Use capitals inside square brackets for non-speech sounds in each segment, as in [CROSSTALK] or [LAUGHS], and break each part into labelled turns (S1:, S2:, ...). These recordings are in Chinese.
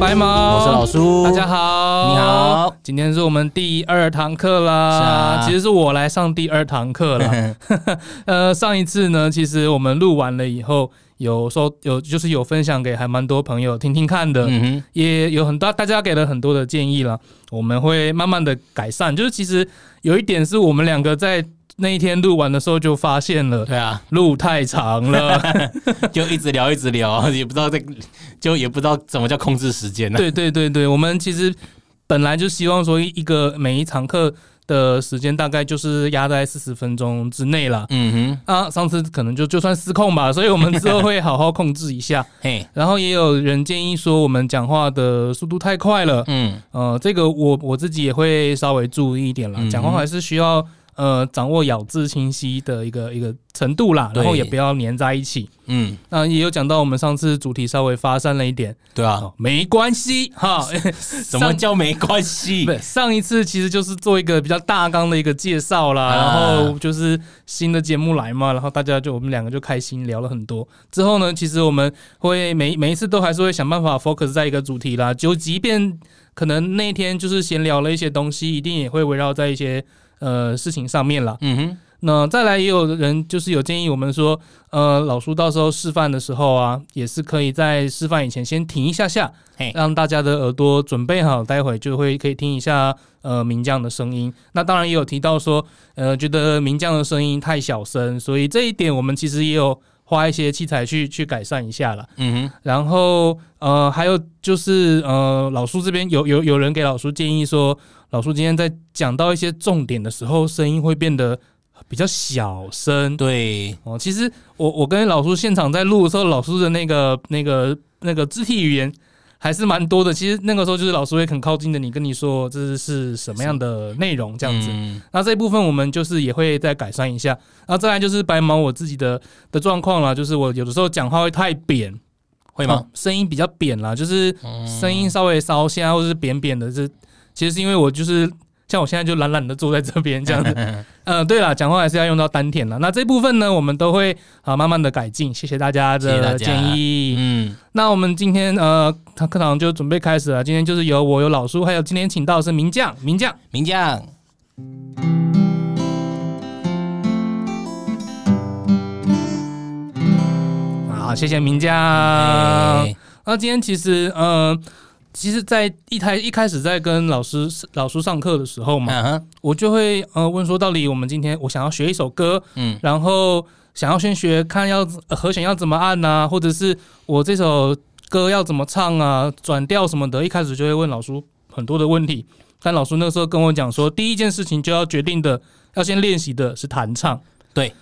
S1: 白毛，
S2: 我是老苏，
S1: 大家好，
S2: 你好，
S1: 今天是我们第二堂课啦，
S2: 是啊
S1: 其实是我来上第二堂课啦。
S2: [LAUGHS]
S1: 呃，上一次呢，其实我们录完了以后，有说有就是有分享给还蛮多朋友听听看的，
S2: 嗯哼，
S1: 也有很大大家给了很多的建议啦，我们会慢慢的改善。就是其实有一点是我们两个在那一天录完的时候就发现
S2: [LAUGHS]
S1: 了。
S2: 对啊，
S1: 路太长了，
S2: 就一直聊一直聊， [LAUGHS] 也不知道在，就也不知道怎么叫控制时间呢、
S1: [LAUGHS]
S2: 啊
S1: 对对对对，我们其实本来就希望说一个每一堂课的时间大概就是压在四十分钟之内啦。
S2: 嗯
S1: 啊，上次可能就就算失控吧，所以我们之后会好好控制一下。
S2: 哼，嘿，
S1: 然后也有人建议说我们讲话的速度太快了，
S2: 嗯，
S1: 呃，这个我我自己也会稍微注意一点啦。
S2: 嗯
S1: 讲话还是需要呃掌握咬字清晰的一个一个程度啦，然后
S2: 对
S1: 也不要粘在一起。
S2: 嗯，
S1: 那、也有讲到我们上次主题稍微发散了一点，
S2: 对啊，
S1: 哦，没关系
S2: [LAUGHS]
S1: 哈，
S2: 怎么叫没关系 [LAUGHS]
S1: 不？是上一次其实就是做一个比较大纲的一个介绍啦，
S2: 啊
S1: 然后就是新的节目来嘛，然后大家就我们两个就开心聊了很多。之后呢，其实我们会每每一次都还是会想办法 focus 在一个主题啦，就即便可能那天就是闲聊了一些东西，一定也会围绕在一些呃事情上面啦。
S2: 嗯哼，
S1: 那再来也有人就是有建议我们说，呃，老叔到时候示范的时候啊，也是可以在示范以前先停一下下
S2: 嘿，
S1: 让大家的耳朵准备好，待会就会可以听一下呃名将的声音。那当然也有提到说，呃，觉得名将的声音太小声，所以这一点我们其实也有花一些器材去去改善一下了。
S2: 嗯哼，
S1: 然后呃，还有就是呃，老叔这边有有有人给老叔建议说，老叔今天在讲到一些重点的时候，声音会变得比较小声。
S2: 对，
S1: 哦，其实我我跟老叔现场在录的时候，老叔的那个那个那个肢体语言还是蛮多的。其实那个时候就是老师会很靠近的你，跟你说这是什么样的内容这样子。
S2: 嗯
S1: 那这一部分我们就是也会再改善一下。然后再来就是白毛我自己的的状况啦，就是我有的时候讲话会太扁，
S2: 会吗嗯
S1: 哦？声音比较扁啦，就是声音稍微烧瞎或者是扁扁的，这其实是因为我就是像我现在就懒懒的坐在这边这样
S2: [LAUGHS]
S1: 子。呃，对了，讲话还是要用到丹田啦。那这部分呢，我们都会啊慢慢的改进。谢谢大家
S2: 谢谢大
S1: 的
S2: 家
S1: 建议。
S2: 嗯，
S1: 那我们今天呃堂课堂就准备开始了。今天就是由我有老叔，还有今天请到的是名将，名将。
S2: 名将，
S1: 好，啊谢谢名将。
S2: 哎
S1: 那今天其实呃，其实，在一开一开始在跟老师老师上课的时候嘛，
S2: 嗯哼，
S1: 我就会呃问说，到底我们今天我想要学一首歌，
S2: 嗯，
S1: 然后想要先学看要呃和弦要怎么按呐、或者是我这首歌要怎么唱啊，转调什么的，一开始就会问老叔很多的问题。但老叔那时候跟我讲说，第一件事情就要决定的，要先练习的是弹唱。
S2: 对。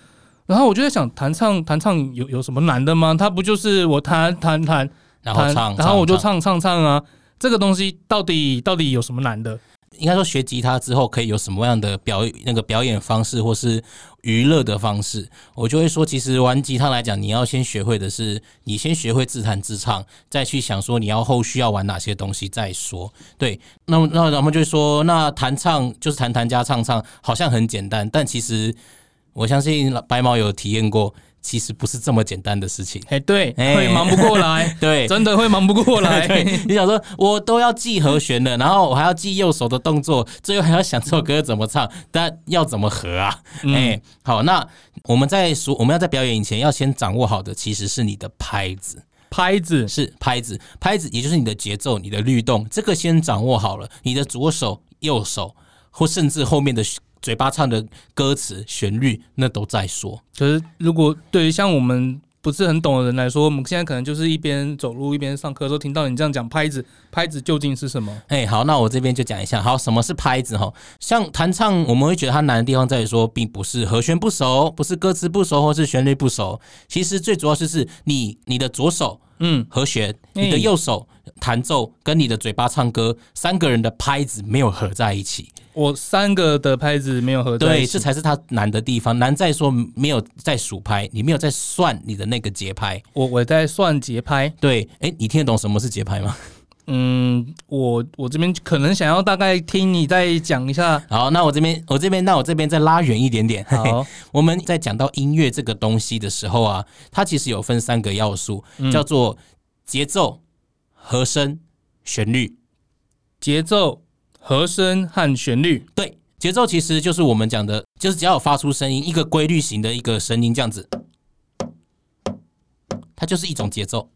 S1: 然后我就在想，弹唱弹唱有有什么难的吗？它不就是我弹弹弹
S2: 然后
S1: 弹
S2: 唱，，
S1: 然后我就，唱唱唱啊，这个东西到底到底有什么难的？
S2: 应该说学吉他之后可以有什么样的表那个表演方式，或是娱乐的方式，我就会说，其实玩吉他来讲，你要先学会的是，你先学会自弹自唱，再去想说你要后续要玩哪些东西再说。对，那么那咱们就会说，那弹唱就是弹弹加唱唱，好像很简单，但其实我相信白毛有体验过，其实不是这么简单的事情。
S1: 哎，对，
S2: 哎，
S1: 会忙不过来
S2: 对，
S1: 真的会忙不过 [LAUGHS] 来。
S2: [LAUGHS] 对，你想说，我都要记和弦了，然后我还要记右手的动作，最后还要想这首歌怎么唱，但要怎么合啊？哎、
S1: 嗯
S2: 好，那我们在说我们要在表演以前，要先掌握好的其实是你的拍子，
S1: 拍子，
S2: 是拍子，拍子也就是你的节奏、你的律动，这个先掌握好了。你的左手、右手，或甚至后面的嘴巴唱的歌词、旋律，那都在说。
S1: 可是如果对于像我们不是很懂的人来说，我们现在可能就是一边走路一边上课的时候，听到你这样讲拍子，拍子究竟是什么？
S2: 哎、好，那我这边就讲一下，好，什么是拍子哈？像弹唱，我们会觉得它难的地方在于说，并不是和弦不熟，不是歌词不熟，或是旋律不熟。其实最主要就是你你的左手
S1: 嗯，
S2: 和弦，
S1: 哎
S2: 你的右手弹奏，跟你的嘴巴唱歌，三个人的拍子没有合在一起。
S1: 我三个的拍子没有合在
S2: 对，
S1: 一
S2: 这
S1: 起。
S2: 才是它难的地方，难在说没有在数拍，你没有在算你的那个节拍。
S1: 我我在算节拍，
S2: 对，哎、你听得懂什么是节拍吗？
S1: 嗯，我我这边可能想要大概听你再讲一 [LAUGHS] 下。
S2: 好，那我这边，我这边，那我这边再拉远一点点。嘿嘿
S1: 好，
S2: 我们在讲到音乐这个东西的时候啊，它其实有分三个要素，叫做节奏、和声旋律。
S1: 节奏、和声和旋律。
S2: 对，节奏其实就是我们讲的，就是只要有发出声音，一个规律型的一个声音这样子，它就是一种节奏。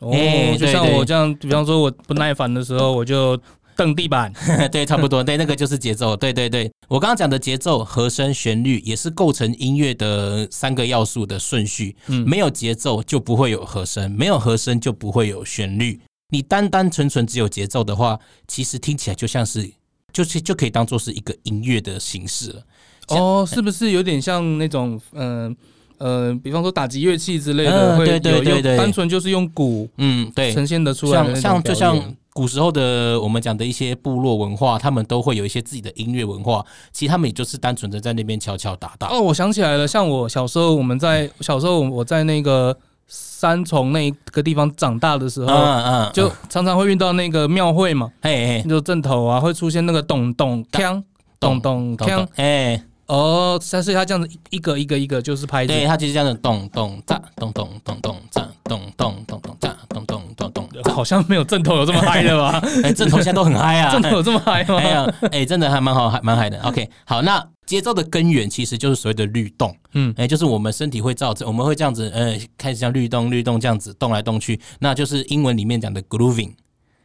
S1: 哦，
S2: 哎
S1: 就
S2: 对
S1: 像
S2: 对
S1: 我这样，比方说我不耐烦的时候，我就蹬地板。
S2: [LAUGHS] 对，差不多，对，那个就是节奏，对对对。我刚刚讲的节奏、和声、旋律也是构成音乐的三个要素的顺序。
S1: 嗯
S2: 没有节奏就不会有和声，没有和声就不会有旋律。你单单纯纯只有节奏的话，其实听起来就像是，就是就可以当做是一个音乐的形式了。
S1: 哦，是不是有点像那种嗯呃比方说打击乐器之类的，
S2: 嗯
S1: 会
S2: 对对
S1: 有
S2: 对
S1: 用
S2: 对
S1: 单纯就是用鼓
S2: 嗯，对，
S1: 呈现的出来的那
S2: 像
S1: 种
S2: 像就
S1: 表演
S2: 像古时候的我们讲的一些部落文化，他们都会有一些自己的音乐文化，其实他们也就是单纯的在那边敲敲打打。
S1: 哦，我想起来了，像我小时候，我们
S2: 嗯
S1: 在小时候我在那个三重那个地方长大的时
S2: 嗯
S1: 候，
S2: 嗯，嗯
S1: 就常常会遇到那个庙会嘛，
S2: 嘿嘿，
S1: 就镇头啊会出现那个咚咚锵咚咚
S2: 懂
S1: 锵
S2: 懂，哎。
S1: 哦，但是他这样子一个一个一个就是拍子
S2: 对，，啊它就是这样的咚咚炸，咚咚咚咚炸，咚咚咚咚炸，咚咚咚咚。
S1: 好像没有镇头有这么嗨的
S2: [LAUGHS]
S1: 吧？ [LAUGHS]
S2: 哎，正头现在都很嗨啊！
S1: 镇头有这么嗨
S2: 哎
S1: 吗？
S2: 呀，哎，真的还蛮好，还蛮嗨的。OK，好，那节奏的根源其实就是所谓的律动，
S1: 嗯
S2: 嗯，哎，就是我们身体会造成，我们会这样子，呃，开始像律动、律动这样子动来动去，那就是英文里面讲的 grooving。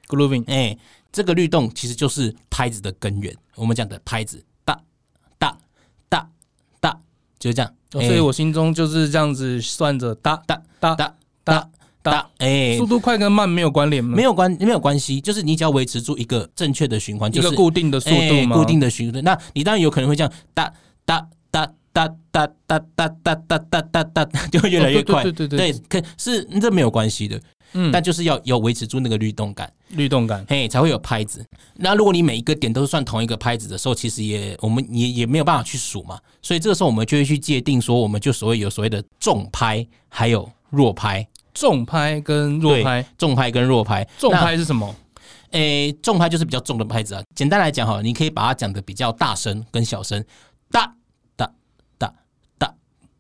S1: grooving
S2: 哎，这个律动其实就是拍子的根源，我们讲的拍子，哒哒哒哒，就是这样。
S1: 哦所以
S2: 哎
S1: 我心中就是这样子算着哒
S2: 哒
S1: 哒
S2: 哒
S1: 哒
S2: 哒
S1: 哒，
S2: 哒，哎
S1: 速，度快跟慢没有关联吗？
S2: 没有关没有关系，就是你只要维持住一个正确的循环，
S1: 一
S2: 就是
S1: 个固定的速度
S2: 哎
S1: 吗？
S2: 固定的循环。那你当然有可能会这样哒哒哒哒哒哒哒哒哒哒哒哒，就会越来越快。
S1: 哦对对对对
S2: 对，可是这没有关系的，
S1: 嗯
S2: 但就是要有维持住那个律动感，
S1: 律动感。
S2: 嘿，才会有拍子。那如果你每一个点都是算同一个拍子的时候，其实也我们也也没有办法去数嘛，所以这个时候我们就会去界定说，我们就所谓有所谓的重拍，还有弱拍。
S1: 重拍跟弱
S2: 对
S1: 拍，
S2: 重拍跟弱拍，
S1: 重
S2: 那
S1: 拍是什么？
S2: 诶，重拍就是比较重的拍子啊。简单来讲哈，你可以把它讲的比较大声跟小声，哒哒哒哒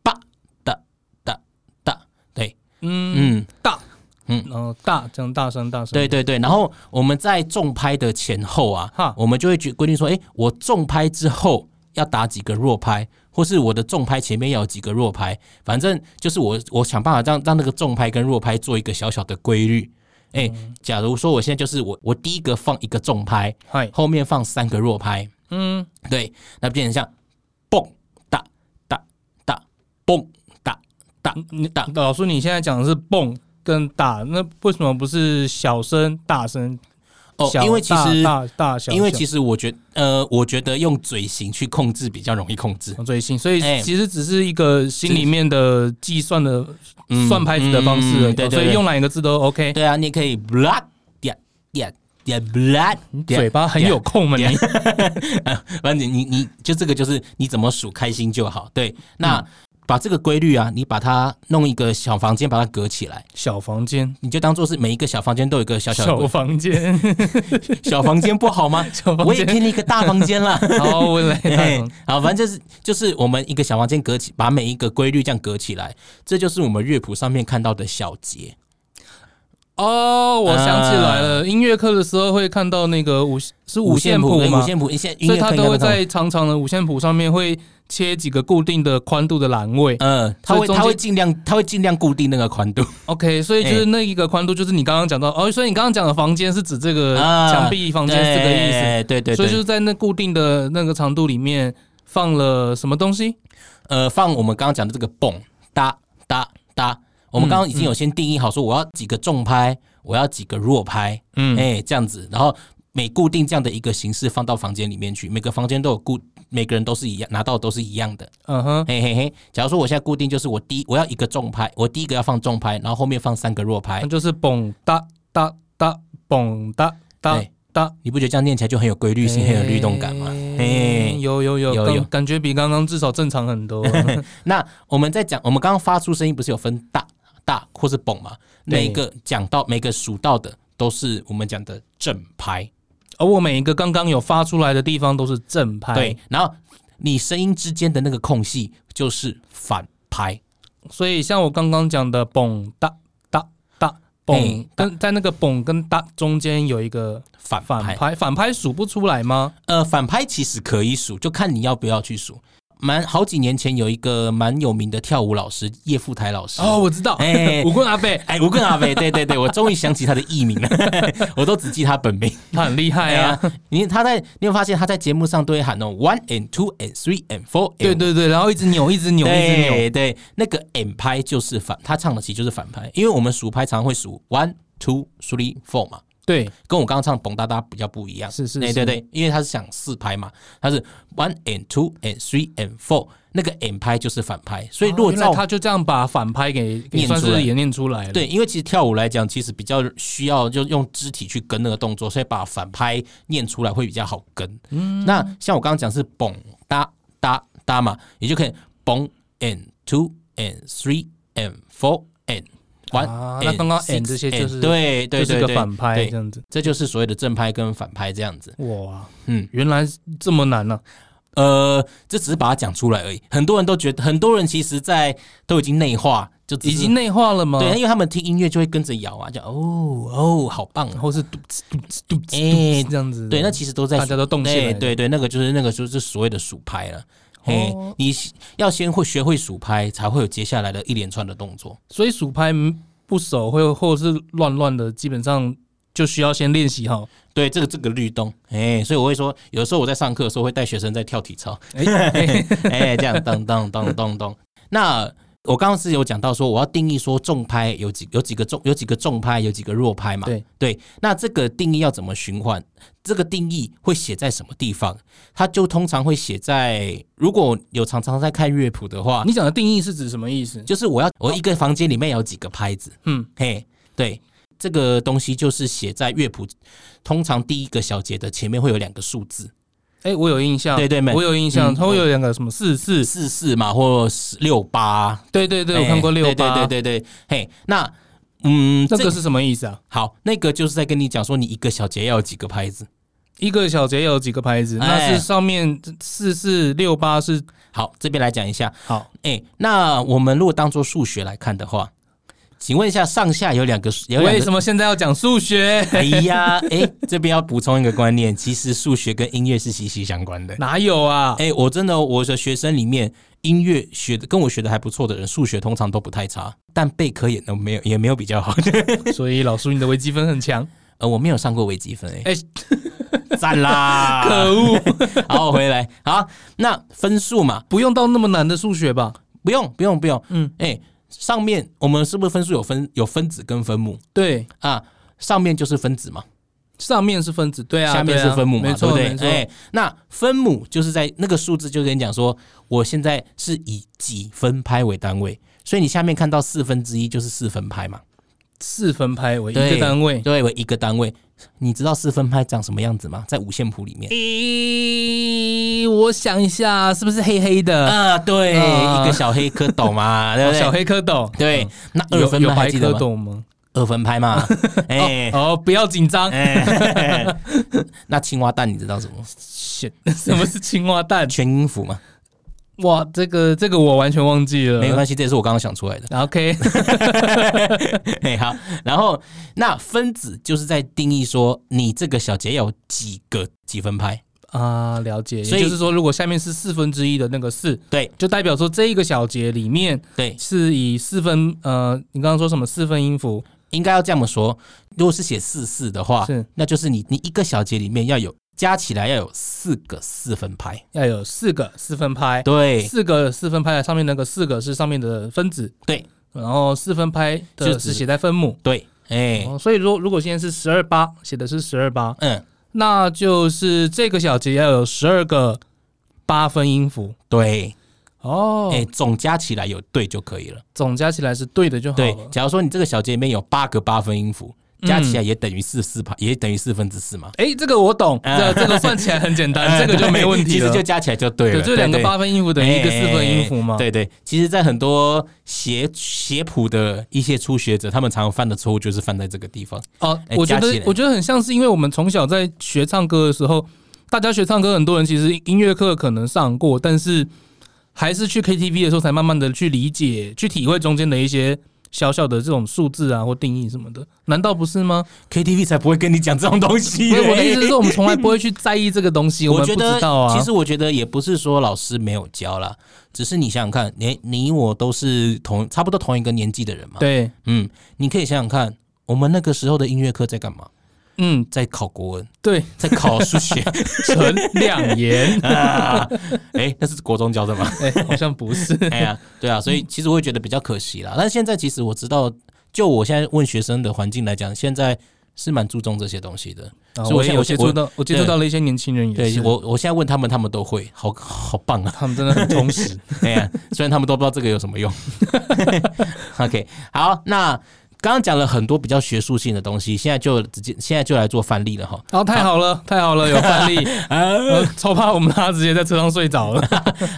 S2: 吧哒哒哒，对，
S1: 嗯，
S2: 嗯，
S1: 大，
S2: 嗯
S1: 然后大这样大声大声，
S2: 对，对对。然后我们在重拍的前后
S1: 哈
S2: 啊，我们就会去规定说，诶，我重拍之后要打几个弱拍，或是我的重拍前面要有几个弱拍，反正就是我我想办法让让那个重拍跟弱拍做一个小小的规律。诶，假如说我现在就是我我第一个放一个重拍，
S1: 嗨，
S2: 后面放三个弱拍，
S1: 嗯，
S2: 对，那变成像蹦哒哒哒蹦哒哒
S1: 你
S2: 哒。
S1: 老师你现在讲的是蹦跟打，那为什么不是小声大声？
S2: 哦
S1: 小，
S2: 因为其
S1: 大
S2: 实
S1: 大大小，
S2: 因为
S1: 小
S2: 其实我觉呃，我觉得用嘴型去控制比较容易控制。
S1: 哦最新，所以
S2: 哎
S1: 其实只是一个心里面的计算的
S2: 嗯
S1: 算拍子的方式而已，哦
S2: 嗯对对
S1: 所以
S2: 对
S1: 用哪一个字都 OK。
S2: 对啊，你也可以 blood 点点点 blood
S1: 嘴
S2: 点，
S1: 巴很有空嘛，你
S2: 对反正你你就这个就是你怎么数开心就好。对，那。
S1: 嗯
S2: 把这个规律啊，你把它弄一个小房间，把它隔起来，
S1: 小房间，
S2: 你就当做是每一个小房间都有一个小小的
S1: 小
S2: 规
S1: 房 [LAUGHS] 间，
S2: 小房间哎不好吗？
S1: 小房
S2: 我也
S1: 间。
S2: 给你一个大房
S1: [LAUGHS]
S2: 间啦。
S1: 好，我来大
S2: 嘿
S1: 房。
S2: 好，反正就是就是我们一个小房间隔起，把每一个规律这样隔起来，这就是我们乐谱上面看到的小节。
S1: 哦，我想起来了，音乐课的时候会看到那个五是五线谱
S2: 对
S1: 吗
S2: 五？线谱，一些音
S1: 所以
S2: 乐
S1: 它
S2: 课
S1: 都会
S2: 应该看到
S1: 在长长的五线谱上面会切几个固定的宽度的栏位。
S2: 嗯，它
S1: 所以中
S2: 会
S1: 间
S2: 它会尽量它会尽量固定那个宽度
S1: OK，所以就是
S2: 哎
S1: 那一个宽度，就是你刚刚讲到哦，所以你刚刚讲的房间是指这个
S2: 啊
S1: 墙壁房间是这个意思。
S2: 思。哎对对
S1: 所以就
S2: 对，
S1: 是在那固定的那个长度里面放了什么东西？
S2: 呃，放我们刚刚讲的这个蹦哒哒哒，我
S1: 嗯
S2: 们刚刚已经有先定义好说我要几个重拍，我要几个弱拍，
S1: 嗯，
S2: 哎、这样子，然后每固定这样的一个形式放到房间里面去，每个房间都有固，每个人都是一样，拿到都是一样的，
S1: 嗯哼，
S2: 嘿嘿嘿。假如说我现在固定就是我第一我要一个重拍，我第一个要放重拍，然后后面放三个弱拍
S1: 那，就是蹦哒哒哒蹦哒哒
S2: 对
S1: 哒，
S2: 你不觉得这样念起来就很有规律性，很有律动感吗？
S1: 哎
S2: 嘿，
S1: 有有有，
S2: 有嗯
S1: 感
S2: 有
S1: 感觉比刚刚至少正常很多。
S2: 那我们在讲，我们刚刚发出声音不是有分大大或是蹦吗？
S1: 对
S2: 每个讲到每个数到的都是我们讲的正拍，
S1: 而啊我每一个刚刚有发出来的地方都是正拍，
S2: 对，，然后你声音之间的那个空隙就是反拍。
S1: 所以像我刚刚讲的蹦哒哒哒蹦
S2: 嘿，
S1: 跟在那个蹦跟大中间有一个
S2: 反
S1: 反
S2: 派
S1: 拍，反拍数不出来吗？
S2: 呃，反拍其实可以数，就看你要不要去数。蛮好几年前有一个蛮有名的跳舞老师叶富台老师
S1: 哦，， [LAUGHS] 我知道，
S2: 哎
S1: 武棍阿贝，
S2: 哎，吴根阿北，对对对，我终于想起他的艺名了， [LAUGHS] 我都只记他本名。
S1: 他很厉害
S2: 哎
S1: 啊。，
S2: 你他在你有发现他在节目上都会喊那种 one and two and three and four，and
S1: 对对对，然后一直扭，一直扭，一直扭。
S2: 对对，那个 M 拍就是反，他唱的其实就是反拍，因为我们数拍常会数 one two three four 嘛，
S1: 对，
S2: 跟我刚刚唱蹦哒哒比较不一样。
S1: 是是
S2: 对
S1: 是
S2: 对对，因为他是想四拍嘛，他是 one and two and three and four，那个 M 拍就是反拍，所以如果
S1: 哦原来
S2: 照、
S1: 他就这样把反拍给给
S2: 念出
S1: 算
S2: 来
S1: 是演练出来了。
S2: 对，因为其实跳舞来讲，其实比较需要就用肢体去跟那个动作，所以把反拍念出来会比较好跟。
S1: 嗯
S2: 那像我刚刚讲是蹦哒哒哒嘛，也就可以蹦 and two and three and four and one、
S1: 啊那刚刚 and 这些就是
S2: 对对
S1: 就
S2: 对
S1: 是个
S2: 对，
S1: 反拍
S2: 对
S1: 这样子。
S2: 这就是所谓的正拍跟反拍这样子。
S1: 哇，
S2: 嗯，
S1: 原来这么难啊呢、
S2: 呃，这只是把它讲出来而已。很多人都觉得，很多人其实在都已经内化，就只
S1: 已
S2: 是
S1: 经内化了吗？
S2: 对，因为他们听音乐就会跟着摇啊，就哦哦，好棒、
S1: 然
S2: 哦。
S1: 后是嘟哧嘟哧嘟哧
S2: 哎
S1: 嘟哧这样子。
S2: 对，那其实都在
S1: 大家都动起来
S2: 对
S1: 了
S2: 对对，那个就是那个就是所谓的数拍了。嘿
S1: 哦，
S2: 你要先会学会数拍，才会有接下来的一连串的动作。
S1: 所以数拍不熟或或者是乱乱的，基本上就需要先练习
S2: [LAUGHS]
S1: 哈。
S2: 对，这个这个律动，哎，所以我会说，有时候我在上课的时候会带学生在跳体操， [LAUGHS]
S1: 哎、哎 [LAUGHS]
S2: 哎，这样当当当当当。那我刚刚是有讲到说，我要定义说重拍有几有几个重有几个重拍，有几个弱拍嘛？
S1: 对
S2: 对，那这个定义要怎么循环？这个定义会写在什么地方？它就通常会写在，如果有常常在看乐谱的话，
S1: 你讲的定义是指什么意思？
S2: 就是我要我一个房间里面有几个拍子，
S1: 哦嗯，
S2: 嘿，对，这个东西就是写在乐谱，通常第一个小节的前面会有两个数字，
S1: 哎、我有印象，
S2: 对对没
S1: 我有印象，
S2: 嗯
S1: 它会有两个什么四四，
S2: 四四嘛，或六八，
S1: 对对对，我
S2: 嘿
S1: 看过六八，
S2: 哎对对对对对，嘿，那嗯，
S1: 那
S2: 这
S1: 个是什么意思啊？
S2: 好，那个就是在跟你讲说，你一个小节要有几个拍子。
S1: 一个小节有几个拍子？那
S2: 哎
S1: 是上面四四六八是
S2: 好，这边来讲一下，
S1: 好
S2: 哎、那我们如果当做数学来看的话，请问一下，上下有两个数，有两
S1: 为
S2: 个
S1: 什么现在要讲数学？
S2: [LAUGHS] 哎呀，哎、这边要补充一个观念，其实数学跟音乐是息息相关的。
S1: 哪有啊？
S2: 哎、我真的，我的学生里面，音乐学的跟我学的还不错的人，数学通常都不太差，但备科也都没有，也没有比较好。哎
S1: 所以老叔，你的微积分很强。
S2: [LAUGHS] 呃，我没有上过微积分、哎、
S1: 哎、
S2: 赞
S1: [LAUGHS]
S2: 啦！
S1: 可恶，
S2: 好，我回来。好，那分数嘛，
S1: 不用到那么难的数学吧？
S2: 不用，不用，不用。
S1: 嗯
S2: 嗯，哎、上面我们是不是分数有分有分子跟分母
S1: 对，
S2: 啊？上面就是分子嘛，
S1: 上面是分子，对啊，
S2: 下面是
S1: 对啊
S2: 分母嘛，
S1: 没
S2: 对
S1: 错
S2: 不
S1: 没
S2: 对？
S1: 错
S2: 哎、那分母就是在那个数字，就跟你讲说，我现在是以几分拍为单位，所以你下面看到四分之一就是四分拍嘛，
S1: 四分拍为一个
S2: 对
S1: 单位。
S2: 对，为一个单位。你知道四分拍长什么样子吗？在五线谱里面。
S1: 咦、我想一下，是不是黑黑的？
S2: 啊，对，
S1: 啊
S2: 一个小黑蝌蚪 [LAUGHS] 嘛，对不对？
S1: 小黑蝌蚪，
S2: 对，那二
S1: 有
S2: 分
S1: 有
S2: 拍还
S1: 白
S2: 记得
S1: 蝌
S2: 吗？
S1: 蚪吗？
S2: 二分拍嘛， [LAUGHS] 哎、
S1: 哦，不要紧张。
S2: 哎， [LAUGHS] 那青蛙蛋你知道什么？
S1: shit，什 [LAUGHS] 么是青蛙蛋？
S2: 全音符嘛，
S1: 哇，这个这个我完全忘记了。啊
S2: 没关系，这也是我刚刚想出来的。
S1: OK， [LAUGHS]
S2: [LAUGHS] 嘿，好，然后那分子就是在定义说你这个小节要有几个几分拍，
S1: 啊，了解。
S2: 所
S1: 也
S2: 以
S1: 就是说，如果下面是四分之一的那个四，
S2: 对
S1: 就代表说这一个小节里面
S2: 对，
S1: 是以四分呃，你刚刚说什么四分音符？
S2: 应该要这么说。如果是写四四的话
S1: 是，
S2: 那就是你你一个小节里面要有加起来要有四个四分拍，
S1: 要有四个四分拍，
S2: 对
S1: 四个四分拍的上面那个四个是上面的分子，
S2: 对
S1: 然后四分拍
S2: 就
S1: 的
S2: 只
S1: 是写在分母。
S2: 对，哎、
S1: 哦，所以如如果现在是十二八，写的是十二八，
S2: 嗯，
S1: 那就是这个小节要有十二个八分音符
S2: 对，
S1: 哦。
S2: 哎、总加起来有对就可以了。
S1: 总加起来是对的就好
S2: 对
S1: 了，。
S2: 假如说你这个小节里面有八个八分音符，
S1: 嗯
S2: 加起来也等于四四拍，也等于四分之四嘛。
S1: 哎，这个我懂，
S2: 啊
S1: 这这个算起来很简
S2: [LAUGHS]
S1: 单，
S2: 呃
S1: 这个就没问题
S2: 其
S1: 了。
S2: 实就加起来就对了，
S1: 对，就两个八分音符
S2: 对
S1: 等于一个四分音符嘛。
S2: 哎对对，其实，在很多写写谱的一些初学者，他们常常犯的错误就是犯在这个地方。
S1: 哦，
S2: 哎
S1: 我觉
S2: 加起
S1: 得
S2: 来
S1: 我觉得很像是因为我们从小在学唱歌的时候，大家学唱歌，很多人其实音乐课可能上过，但是还是去 KTV 的时候才慢慢的去理解、去体会中间的一些小小的这种数字啊或定义什么的，难道不是吗？
S2: KTV 才不会跟你讲这种东西、
S1: 所以
S2: 欸。
S1: 我的意思是，我们从来不会去在意这个东西，
S2: 我
S1: 们
S2: 觉
S1: 不
S2: 得
S1: 知道啊。
S2: 其实我觉得也不是说老师没有教啦，只是你想想看，连你我都是同差不多同一个年纪的人嘛。，
S1: 对，
S2: 嗯，你可以想想看，我们那个时候的音乐课在干嘛？
S1: 嗯，
S2: 在考国文，
S1: 对，
S2: 在考数学 [LAUGHS]
S1: 纯亮言， [LAUGHS]
S2: 啊！哎、那是国中教的吗？
S1: 哎、好像不是。
S2: 哎呀，对啊，所以其实我会觉得比较可惜啦。但是现在其实我知道，就我现在问学生的环境来讲，现在是蛮注重这些东西的。
S1: 啊
S2: 所以我
S1: 我也
S2: 现在
S1: 有
S2: 我
S1: 接触到，我接触
S2: 对
S1: 到了一些年轻人也
S2: 对
S1: 是，
S2: 我，我现在问他们，他们都会，好好
S1: [LAUGHS]
S2: 棒啊！
S1: 他们真的很充实。
S2: 哎呀，虽然他们都不知道这个有什么用。OK，好，那刚刚讲了很多比较学术性的东西，现在就直接现在就来做范例了哈。
S1: 哦，太好了，太好了，有范
S2: [LAUGHS]
S1: 例，我超怕我们他直接在车上睡着了。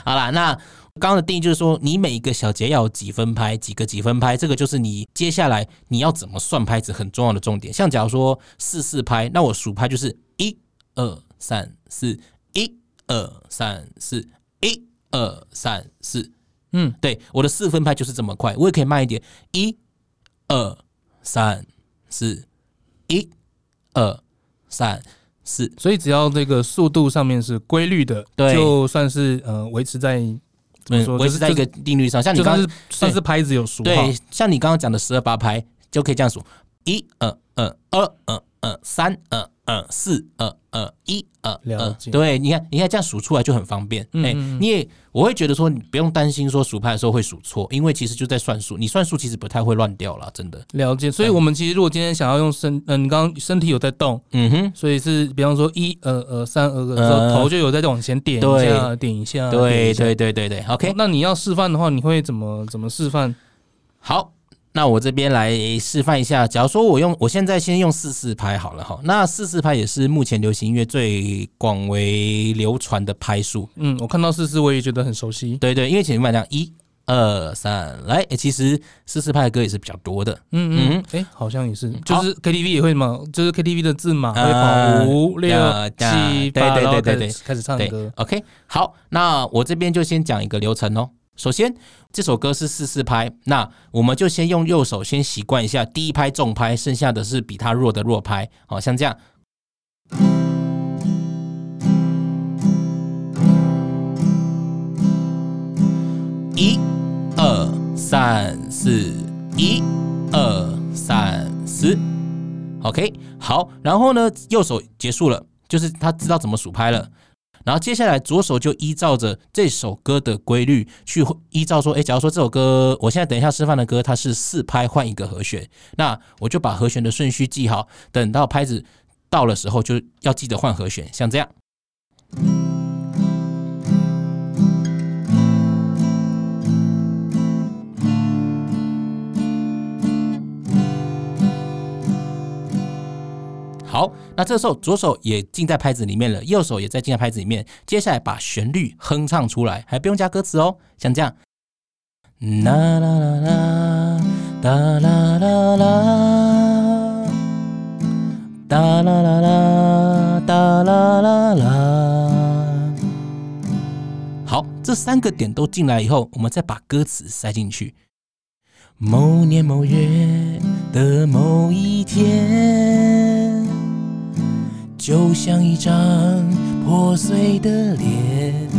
S2: 好啦，那刚刚的定义就是说，你每一个小节要有几分拍，几个几分拍，这个就是你接下来你要怎么算拍子很重要的重点。像假如说四四拍，那我数拍就是一二三四，一二三四，一二三四。
S1: 嗯，
S2: 对，我的四分拍就是这么快，我也可以慢一点，一二三四，一二三四。
S1: 所以只要这个速度上面是规律的，
S2: 对
S1: 就算是呃维持在怎么
S2: 嗯
S1: 说，
S2: 维持在一个定律上，像
S1: 就是，
S2: 你
S1: 就
S2: 刚刚
S1: 算是算是拍子有数号
S2: 对，，像你刚刚讲的十二八拍，就可以这样数：一、二、二、二、二、二、三、二、二、四、二、二、一、二、
S1: 了
S2: 二。
S1: 解嗯
S2: 对，你看，你看这样数出来就很方便。哎、你也我会觉得说，你不用担心说数拍的时候会数错，因为其实就在算数，你算数其实不太会乱掉啦，真的。
S1: 了解。所以我们其实如果今天想要用身，嗯、你刚刚身体有在动，
S2: 嗯哼。
S1: 所以是比方说一呃呃三呃呃，
S2: 呃
S1: 之后头就有在往前点一下，
S2: 对
S1: 点一下，点
S2: 对
S1: 一下
S2: 对对对对，OK，
S1: 哦那你要示范的话，你会怎么怎么示范？
S2: 好，那我这边来示范一下。假如说我用，我现在先用四四拍好了哈。那四四拍也是目前流行音乐最广为流传的拍数。
S1: 嗯，我看到四四我也觉得很熟悉。
S2: 对对，因为前面讲一二三来，诶其实四四拍的歌也是比较多的。
S1: 嗯嗯
S2: 嗯，
S1: 哎、好像也是，就
S2: 好
S1: 是 KTV 也会嘛，就是 KTV 的字嘛，会跑
S2: 呃
S1: 五六
S2: 呃
S1: 七
S2: 对对
S1: 八，
S2: 对
S1: 然后
S2: 对
S1: 开
S2: 对
S1: 始开始唱
S2: 对
S1: 歌。
S2: ，OK，好，那我这边就先讲一个流程哦。首先，这首歌是四四拍，那我们就先用右手先习惯一下第一拍重拍，剩下的是比它弱的弱拍，好、像这样。一、二、三、四，一、二、三、四。OK，好，然后呢，右手结束了，就是他知道怎么数拍了。然后接下来左手就依照着这首歌的规律去依照说，诶，假如说这首歌，我现在等一下示范的歌，它是四拍换一个和弦，那我就把和弦的顺序记好，等到拍子到的时候就要记得换和弦，像这样。好，那这时候左手也进在拍子里面了，右手也在进在拍子里面。接下来把旋律哼唱出来，还不用加歌词哦，像这样。啦啦啦啦，哒啦啦啦，哒啦啦啦，哒啦啦啦。好，这三个点都进来以后，我们再把歌词塞进去。某年某月的某一天，就像一张破碎的脸。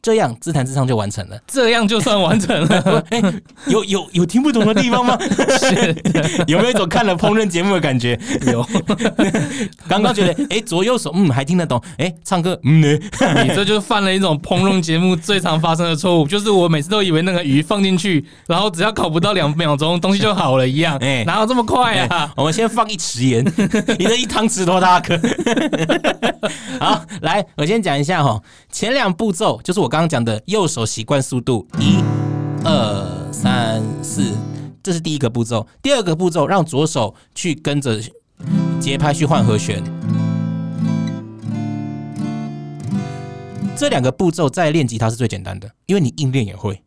S2: 这样自弹自唱就完成了。
S1: 这样就算完成
S2: [LAUGHS]
S1: 了，
S2: 哎、有有有听不懂的地方吗？有没有一种看了烹饪节目的感觉？
S1: 有，
S2: [LAUGHS] 刚刚觉得哎、左右手嗯还听得懂，哎、唱歌嗯呢、
S1: 你这就犯了一种烹饪节目最常发生的错误，就是我每次都以为那个鱼放进去，然后只要烤不到两秒钟，东西就好了一样，
S2: [LAUGHS] 哎
S1: 哪有这么快
S2: 哎
S1: 啊？
S2: 我们先放一匙盐，你的一汤匙多大颗？ [LAUGHS] 好，来，我先讲一下哈，前两步骤就是我刚刚讲的右手习惯速度，一、二、三、四，这是第一个步骤。第二个步骤让左手去跟着节拍去换和弦。这两个步骤在练吉他是最简单的，因为你硬练也会。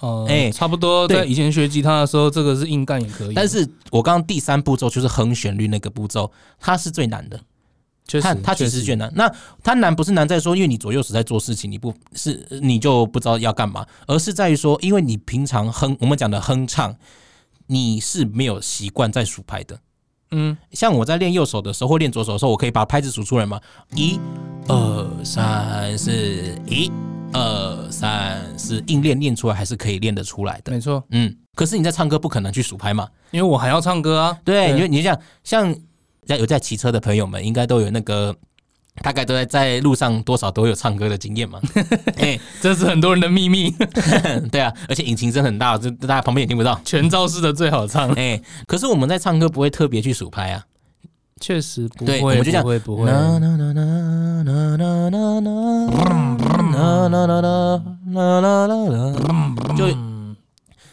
S1: 哦，
S2: 哎
S1: 差不多
S2: 对
S1: 在以前学吉他的时候，这个是硬干也可以，
S2: 但是我刚刚第三步骤就是哼旋律那个步骤，它是最难的。
S1: 确
S2: 它
S1: 实，
S2: 它其
S1: 确
S2: 实
S1: 实
S2: 最难。那它难不是难在说，因为你左右手在做事情，你不是你就不知道要干嘛，而是在于说，因为你平常哼，我们讲的哼唱，你是没有习惯在数拍的。
S1: 嗯，
S2: 像我在练右手的时候或练左手的时候，我可以把拍子数出来嘛，一、二、三、四，一、二、三、四，硬练练出来还是可以练得出来的。
S1: 没错，
S2: 嗯，可是你在唱歌不可能去数拍嘛，
S1: 因为我还要唱歌啊。
S2: 对，你
S1: 对
S2: 就你就像像在有在骑车的朋友们，应该都有那个。大概都在在路上多少都有唱歌的经验嘛， [LAUGHS] 哎、
S1: 这是很多人的秘密， [LAUGHS]
S2: 对啊，而且引擎声很大，就大家旁边也听不到， [LAUGHS]
S1: 全罩式的最好唱。
S2: 哎、可是我们在唱歌不会特别去数拍啊，
S1: 确实不
S2: 对
S1: 会，
S2: 我们就这样
S1: 不会不会。
S2: 啦啦啦啦啦啦啦啦啦啦啦啦啦啦啦，就
S1: 嗯，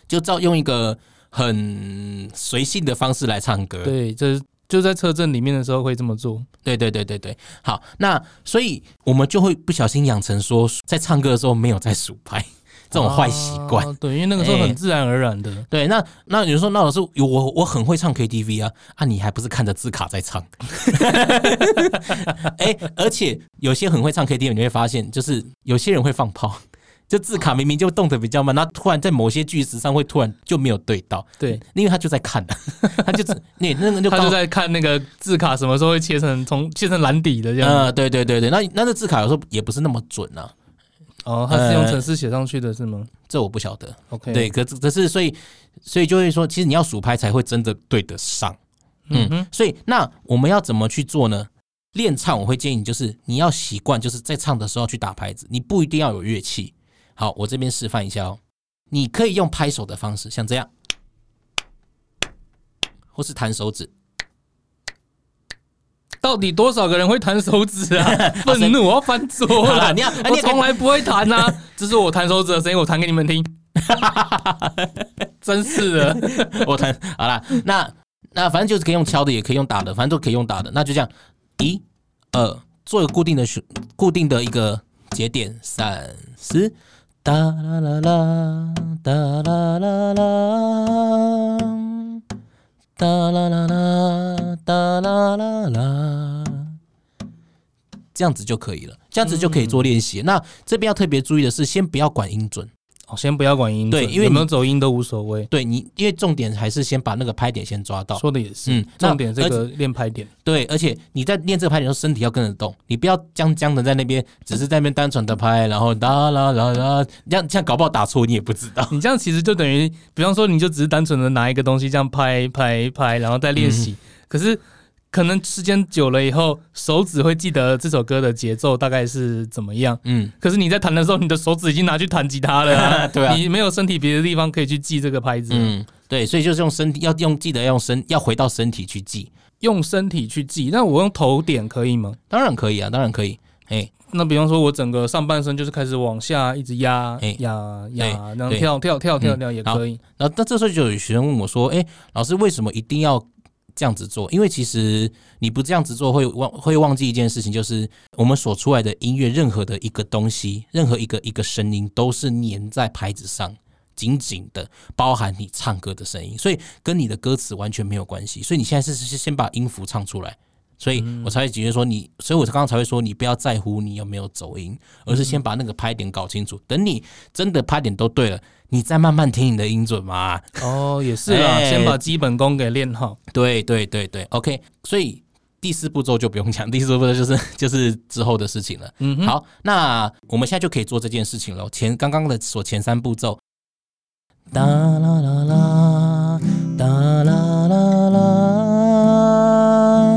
S2: 就照用一个很随性的方式来唱歌，
S1: 对，这就在车震里面的时候会这么做。
S2: 对对对对对，好，那所以我们就会不小心养成说，在唱歌的时候没有在数拍 [LAUGHS] 这种坏习惯。
S1: 啊对，因为那个时候
S2: 哎
S1: 很自然而然的，
S2: 对，那那有人说，那老师，我我很会唱 KTV 啊，啊，你还不是看着字卡在唱？ [LAUGHS] 哎、而且有些很会唱 KTV，你会发现，就是有些人会放炮， [LAUGHS] 就字卡明明就动得比较慢，那突然在某些句子上会突然就没有对到，
S1: 对，
S2: 因为他就在看、啊， [LAUGHS] 他就只你那个就
S1: 他
S2: 刚
S1: 就在看那个字卡什么时候会切成从切成蓝底的这样。
S2: 呃，对对对对，那那这字卡有时候也不是那么准啊，
S1: 哦，他是用
S2: 呃
S1: 程式写上去的是吗
S2: 这我不晓得。
S1: ？OK，
S2: 对，，可可是所以所以就会说，其实你要数拍才会真的对得上。
S1: 嗯哼，
S2: 所以那我们要怎么去做呢？练唱我会建议你，就是你要习惯，就是在唱的时候去打拍子，你不一定要有乐器。好，我这边示范一下哦，你可以用拍手的方式，像这样，或是弹手指。
S1: 到底多少个人会弹手指
S2: [LAUGHS]
S1: 啊？愤怒，我要翻桌
S2: 好啦
S1: 了！
S2: 你要啊你要
S1: 哦我从来不会弹呐，
S2: [LAUGHS]
S1: 这是我弹手指的声音，我弹给你们听。真是的，
S2: [LAUGHS] 我弹好啦，那那反正就是可以用敲的，也可以用打的，反正都可以用打的。那就这样，一、二，做一个固定的旋，固定的一个节点，三、四，哒啦啦啦，哒啦啦啦，哒啦啦啦，哒啦啦啦。这样子就可以了，这样子就可以做练习。那这边要特别注意的是，先不要管音准，
S1: 哦，先不要管音准，
S2: 对因为
S1: 有没
S2: 你
S1: 有走音都无所谓。
S2: 对你，因为重点还是先把那个拍点先抓到。
S1: 说的也是，
S2: 嗯那
S1: 重点这
S2: 而
S1: 个练拍点，
S2: 对，而且你在练这个拍点的时候，身体要跟着动，你不要僵僵的在那边，只是在那边单纯的拍，然后啦啦啦啦，这样这样搞不好打错你也不知道。
S1: 你这样其实就等于，比方说你就只是单纯的拿一个东西这样拍拍拍，然后再练
S2: 嗯
S1: 习。可是可能时间久了以后，手指会记得这首歌的节奏大概是怎么样。
S2: [LAUGHS] 嗯，
S1: 可是你在弹的时候，你的手指已经拿去弹吉他了、啊，
S2: [LAUGHS] 对啊
S1: 你没有身体别的地方可以去记这个拍子，啊
S2: 嗯，对，所以就是用身体，要用记得要用身，要回到身体去记，
S1: 用身体去记。那我用头点可以吗？
S2: 当然可以啊，当然可以。哎，
S1: 那比方说，我整个上半身就是开始往下一直压
S2: 哎
S1: 压压，然后
S2: 对
S1: 跳跳跳跳
S2: 嗯
S1: 跳也
S2: 好
S1: 可以。
S2: 然后那这时候就有学生问我说：“哎，老师为什么一定要这样子做？因为其实你不这样子做会忘会忘记一件事情，就是我们所出来的音乐，任何的一个东西，任何一个一个声音，都是粘在拍子上。”紧紧的包含你唱歌的声音，所以跟你的歌词完全没有关系。所以你现在是是先把音符唱出来，所以我才会觉得说你，所以我刚刚才会说你不要在乎你有没有走音，而是先把那个拍点搞清楚。等你真的拍点都对了，你再慢慢听你的音准嘛。
S1: 哦，也是啊，
S2: 哎
S1: 先把基本功给练好。
S2: 对对对对，OK。所以第四步骤就不用讲，第四步骤就是 [LAUGHS] 就是之后的事情了。
S1: 嗯哼，
S2: 好，那我们现在就可以做这件事情了。前刚刚的所前三步骤，哒啦啦啦，哒啦啦啦，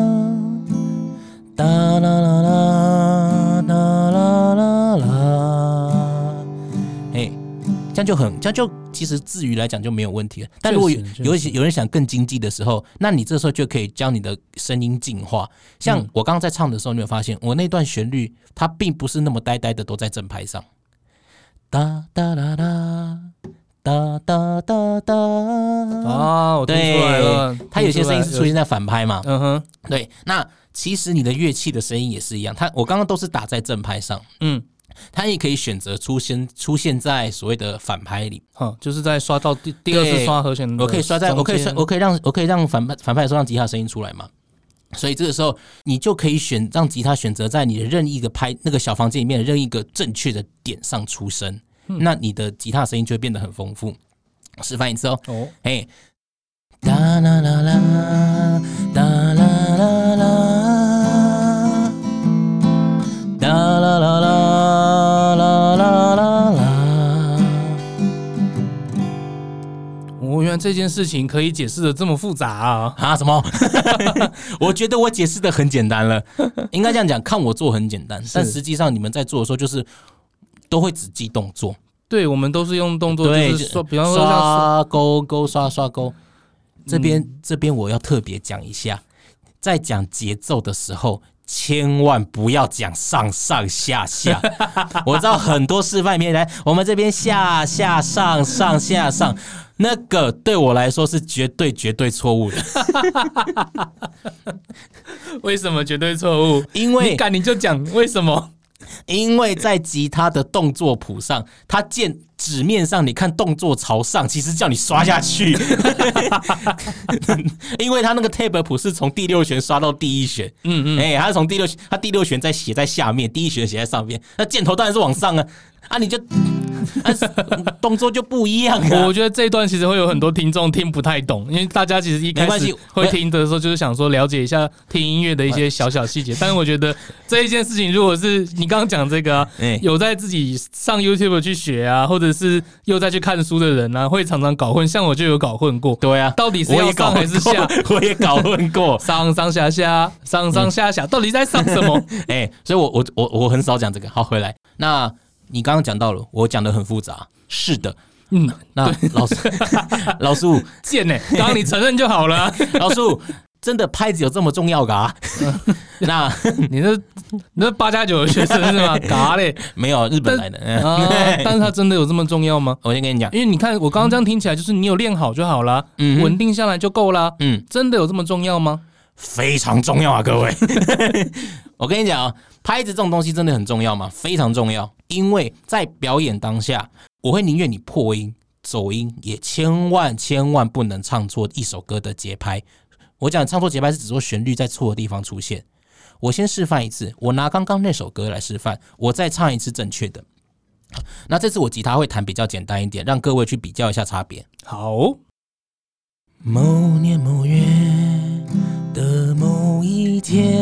S2: 哒啦啦啦，哒啦啦啦，哎，这样就很，这样就其实自娱来讲就没有问题了。但如果有
S1: 确实
S2: 有一
S1: 确
S2: 些有人想更经济的时候，那你这时候就可以将你的声音进化。像
S1: 嗯
S2: 我刚刚在唱的时候，你有发现我那段旋律它并不是那么呆呆的都在正拍上，哒哒啦啦，哒哒哒哒。
S1: 啊，我听出来了，
S2: 它有些声音是出
S1: 听
S2: 现在反拍嘛
S1: 出来了，？嗯哼，
S2: 对，那其实你的乐器的声音也是一样，它我刚刚都是打在正拍上，
S1: 嗯，
S2: 它也可以选择出现出现在所谓的反拍里。
S1: 好，就是在刷到第第二次
S2: 对
S1: 刷和弦的中间，
S2: 我可以刷在，我可以刷，我可以让我可以让反派反派的时候让吉他声音出来嘛？所以这个时候，你就可以选让吉他选择在你的任意一个拍那个小房间里面的任意一个正确的点上出声，
S1: 嗯
S2: 那你的吉他声音就会变得很丰富。示范一次哦，
S1: 哦，
S2: 哎，哒啦啦啦，哒啦啦啦，哒啦啦啦啦啦啦啦。
S1: 我哦原来这件事情可以解释的这么复杂啊！
S2: 啊？什么？ [LAUGHS] 我觉得我解释的很简单了，应该这样讲，看我做很简单，但实际上你们在做的时候就是都会只记动作，
S1: 对，我们都是用动作，
S2: 对
S1: 就是嗯
S2: 就
S1: 说，比方说像
S2: 刷勾勾刷刷勾。这边、这边我要特别讲一下，在讲节奏的时候。千万不要讲上上下
S1: [LAUGHS]
S2: 下，我知道很多示范里面来，我们这边下下上上下上，那个对我来说是绝对绝对错误的，
S1: 为什么绝对错误？
S2: 因为
S1: 你敢你就讲为什么？
S2: 因为在吉他的动作谱上，它键纸面上你看动作朝上，其实叫你刷
S1: [LAUGHS]
S2: 下去，因为它那个 tab 谱是从第六弦刷到第一弦，嗯嗯，哎、它是从第六，它第六弦在写在下面，第一弦写在上面，那箭头当然是往上啊，啊你就。啊，动作就不一 [LAUGHS] 样啊！
S1: 我觉得这一段其实会有很多听众听不太懂，因为大家其实一
S2: 没
S1: 开
S2: 关
S1: 始
S2: 系
S1: 会听的时候就是想说了解一下听音乐的一些小小细节，但是我觉得这一件事情，如果是你刚刚讲这
S2: [LAUGHS]
S1: 个啊、
S2: 哎
S1: 有在自己上 YouTube 去学啊，或者是又在去看书的人啊，会常常搞混，像我就有搞混过，
S2: 对啊，
S1: 到底是
S2: 我
S1: 要
S2: 也搞
S1: 上还
S2: 混
S1: 是
S2: 过
S1: 下？，
S2: 我也搞混过。
S1: 上 [LAUGHS] 上下下，上上下下，到底在上什么？
S2: [LAUGHS] 哎、所以我我我我很少讲这个。好，回来，那你刚刚讲到了，我讲的很复杂。是的，
S1: 嗯，
S2: 那老师 [LAUGHS] 老叔
S1: 贱呢、刚刚你承认就好了啊、
S2: [LAUGHS] 老叔，真的拍子有这么重要噶？ [LAUGHS] 那
S1: 你这你这八加九的学生是
S2: [LAUGHS]
S1: 吗？嘎嘞
S2: 没有日本来的， [LAUGHS] 嗯
S1: 啊！但是它真的有这么重要吗？
S2: 我先跟你讲，
S1: 因为你看，我刚刚这样听起来，就是你有练好就好啦，
S2: 嗯
S1: 稳定下来就够啦。
S2: 嗯，
S1: 真的有这么重要吗？
S2: 非常重要啊，各位。 [LAUGHS] 我跟你讲啊，拍子这种东西真的很重要嘛，非常重要，因为在表演当下，我会宁愿你破音、走音，也千万千万不能唱错一首歌的节拍。我讲唱错节拍是指说旋律在错的地方出现。我先示范一次，我拿刚刚那首歌来示范，我再唱一次正确的。那这次我吉他会弹比较简单一点，让各位去比较一下差别。
S1: 好，
S2: 某年某月的某一天，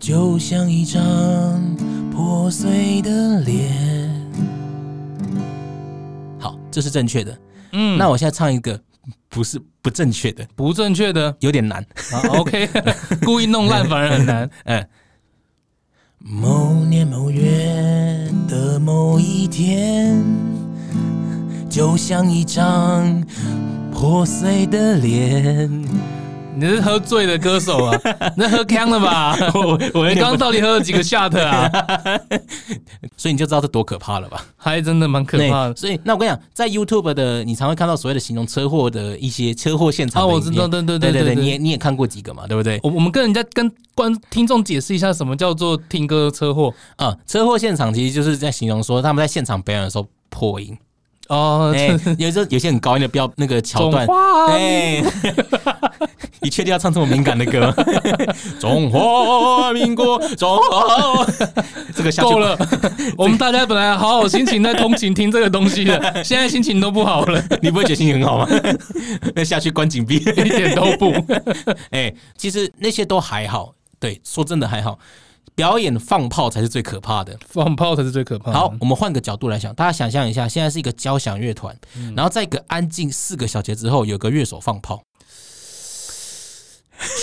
S2: 就像一张破碎的脸。好，这是正确的。
S1: 嗯，
S2: 那我现在唱一个不是不正确的，
S1: 不正确的
S2: 有点难。
S1: 啊
S2: [LAUGHS]
S1: ，OK，故意弄烂反而很难。
S2: 嗯，某年某月的某一天，就像一张破碎的脸。
S1: 你是喝醉的歌手啊，你是喝呛了吧？
S2: [LAUGHS] 我我
S1: 你刚刚到底喝了几个 shot
S2: [LAUGHS]
S1: 啊？
S2: 所以你就知道这多可怕了吧？
S1: 还真的蛮可怕的
S2: 对所以那我跟你讲，在 YouTube 的你常会看到所谓的形容车祸的一些车祸现场
S1: 啊！
S2: 的
S1: 我
S2: 影
S1: 知
S2: 片
S1: 道，对对
S2: 对
S1: 对
S2: 对，你
S1: 对。
S2: 也你也看过几个嘛，对不对？
S1: 我我们跟人家跟观听众解释一下，什么叫做听歌车祸
S2: 啊、车祸现场其实就是在形容说他们在现场表演的时候破
S1: [LAUGHS]
S2: 音，
S1: 哦？
S2: 哎、有时候有些很高音的标那个桥
S1: 中
S2: 段，
S1: 华
S2: 哎， [LAUGHS] 你确定要唱这么敏感的歌吗？ [LAUGHS] 中华民国，中华，这个下去
S1: 够 [LAUGHS] 了，我们大家本来好好心情在通勤听这个东西的， [LAUGHS] 现在心情都不好了，
S2: [LAUGHS] 你不会觉得心情很好吗？ [LAUGHS] 那下去关紧闭。
S1: 一点都不。
S2: 哎、其实那些都还好，对，说真的还好。表演放炮才是最可怕的。
S1: 放炮才是最可怕的。
S2: 好，我们换个角度来想，大家想象一下，现在是一个交响乐团，然后在一个安静四个小节之后，有个乐手放炮，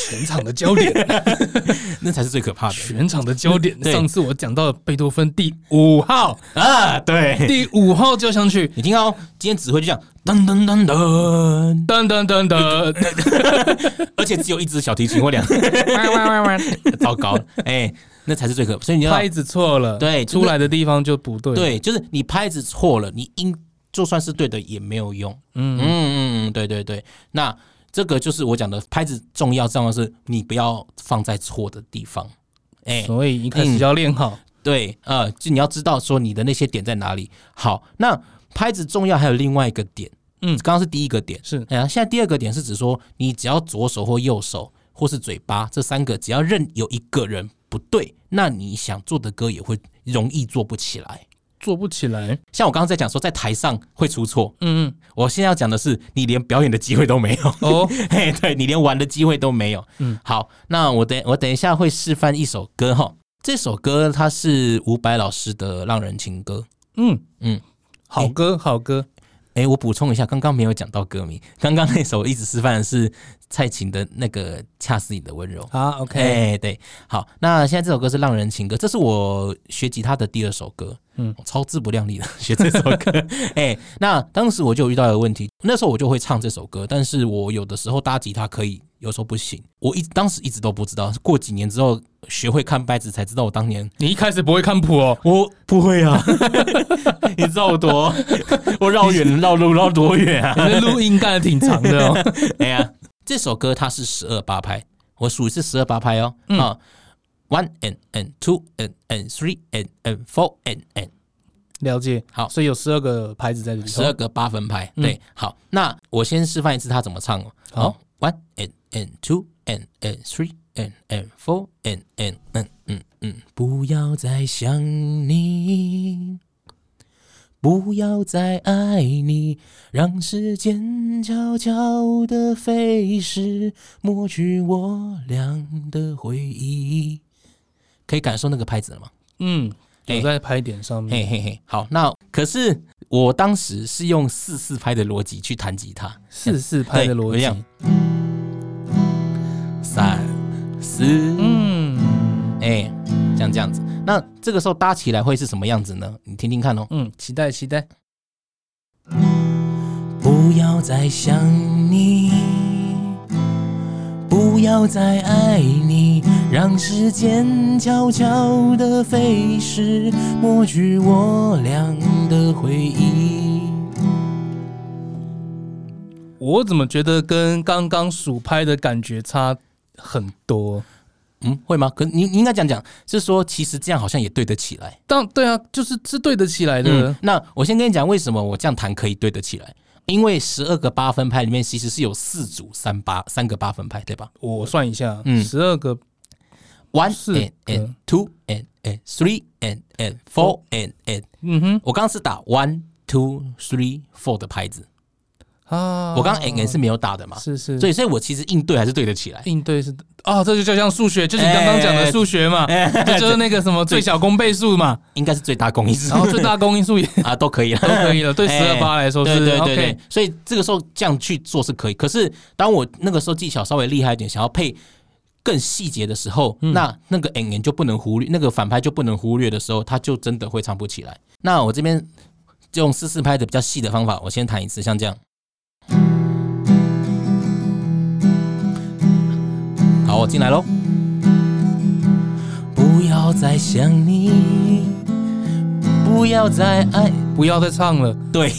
S1: 全场的焦点，
S2: 那才是最可怕的
S1: [LAUGHS] 全场的焦点。
S2: 对
S1: 上次我讲到贝多芬第五号，
S2: 啊！对，
S1: 第五号交响曲，
S2: 你听到、哦、今天指挥就这样噔噔
S1: [LAUGHS]
S2: 噔噔，
S1: 噔噔噔噔，
S2: 而且只有一只小提琴或两，糟糕，哎、那才是最可怕。所以你要
S1: [LAUGHS] 拍子错了，
S2: 对
S1: 出来的地方就不对。，
S2: 对，就是你拍子错了，你音就算是对的也没有用。嗯嗯嗯，对对对。那这个就是我讲的拍子重要，重要是你不要放在错的地方。哎、
S1: 所以一开始就要练好。
S2: 对，呃，就你要知道说你的那些点在哪里。好，那拍子重要还有另外一个点，
S1: 嗯
S2: 刚刚是第一个点，
S1: 是
S2: 哎呀，现在第二个点是指说，你只要左手或右手或是嘴巴这三个，只要任有一个人不对，那你想做的歌也会容易做不起来。
S1: 做不起来。
S2: 像我刚刚在讲说，在台上会出错，
S1: 嗯嗯，
S2: 我现在要讲的是，你连表演的机会都没有。
S1: 哦，
S2: [LAUGHS] 嘿，对你连玩的机会都没有。
S1: 嗯
S2: 嗯，好，那我等我等一下会示范一首歌哈，这首歌它是伍佰老师的《浪人情歌》。
S1: 嗯嗯
S2: 嗯，
S1: 好歌好歌，
S2: 哎，我补充一下，刚刚没有讲到歌名，刚刚那首一直示范的是蔡琴的那个《恰似你的温柔》。
S1: 好 OK，
S2: 哎，对，好，那现在这首歌是《浪人情歌》，这是我学吉他的第二首歌，
S1: 嗯
S2: 嗯，我超自不量力的 [LAUGHS] 学这首歌。哎，那当时我就遇到一个问题，那时候我就会唱这首歌，但是我有的时候搭吉他可以，有时候不行。我一当时一直都不知道，过几年之后学会看拍子才知道，我当年
S1: 你一开始不会看谱哦，
S2: 我不会啊， [LAUGHS] 你知道我多我绕远绕路绕多远 [LAUGHS] 啊？
S1: 你那录音干的挺长的哦。
S2: 哎呀，这首歌它是十二八拍，我数是十二八拍哦。
S1: 嗯
S2: 啊，one and and two and and three and and four and and
S1: 了解，
S2: 好
S1: 所以有十二个牌子在里头。
S2: 十二个八分拍。对，好，那我先示范一次它怎么唱哦。
S1: 好
S2: ，one and and two and and three and and four and and 嗯嗯嗯，不要再想你。不要再爱你，让时间悄悄地飞逝，抹去我俩的回忆。可以感受那个拍子了吗？
S1: 嗯，
S2: 哎
S1: 有在拍点上面。
S2: 嘿嘿嘿，好，那可是我当时是用四四拍的逻辑去弹吉他，
S1: 四四拍的逻
S2: 对我
S1: 辑。
S2: 三四，
S1: 嗯
S2: 哎、像这样子。那这个时候搭起来会是什么样子呢？你听听看哦。
S1: 嗯，期待期待。
S2: 不要再想你，不要再爱你，让时间悄悄地飞逝，抹去我俩的回忆。
S1: 我怎么觉得跟刚刚数拍的感觉差很多？
S2: 嗯，会吗？可你你应该讲讲，是说其实这样好像也对得起来。
S1: 但对啊，就是是对得起来的
S2: 嗯。，那我先跟你讲为什么我这样弹可以对得起来，因为十二个八分拍里面其实是有四组三八三个八分拍，对吧
S1: 我算一下，
S2: 嗯
S1: 十二个
S2: ？One
S1: 四
S2: and
S1: 个
S2: and two and and three and and four and and，
S1: 嗯哼
S2: 我刚刚是打 one two three four 的拍子，
S1: 啊，
S2: 我刚刚 and and 是没有打的嘛，
S1: 是是，
S2: 所以所以我其实应对还是对得起来。
S1: 应对是哦，这就就像数学，就是你刚刚讲
S2: 哎
S1: 的数学嘛，这就是那个什么最小公倍数嘛，
S2: [LAUGHS] 应该是最大公因数
S1: 然后最大公因数也
S2: [LAUGHS] 啊，都可以
S1: 都
S2: 了。
S1: 可以了。对十二八来说
S2: 对
S1: 是
S2: 对对
S1: OK
S2: 对，所以这个时候这样去做是可以。可是当我那个时候技巧稍微厉害一点，想要配更细节的时候，
S1: 嗯
S2: 那那个 N N 就不能忽略，那个反拍就不能忽略的时候，它就真的会唱不起来。那我这边就用四四拍的比较细的方法，我先弹一次，像这样。好，我进来喽。不要再想你，不要再爱。
S1: 不要再唱了，
S2: 对，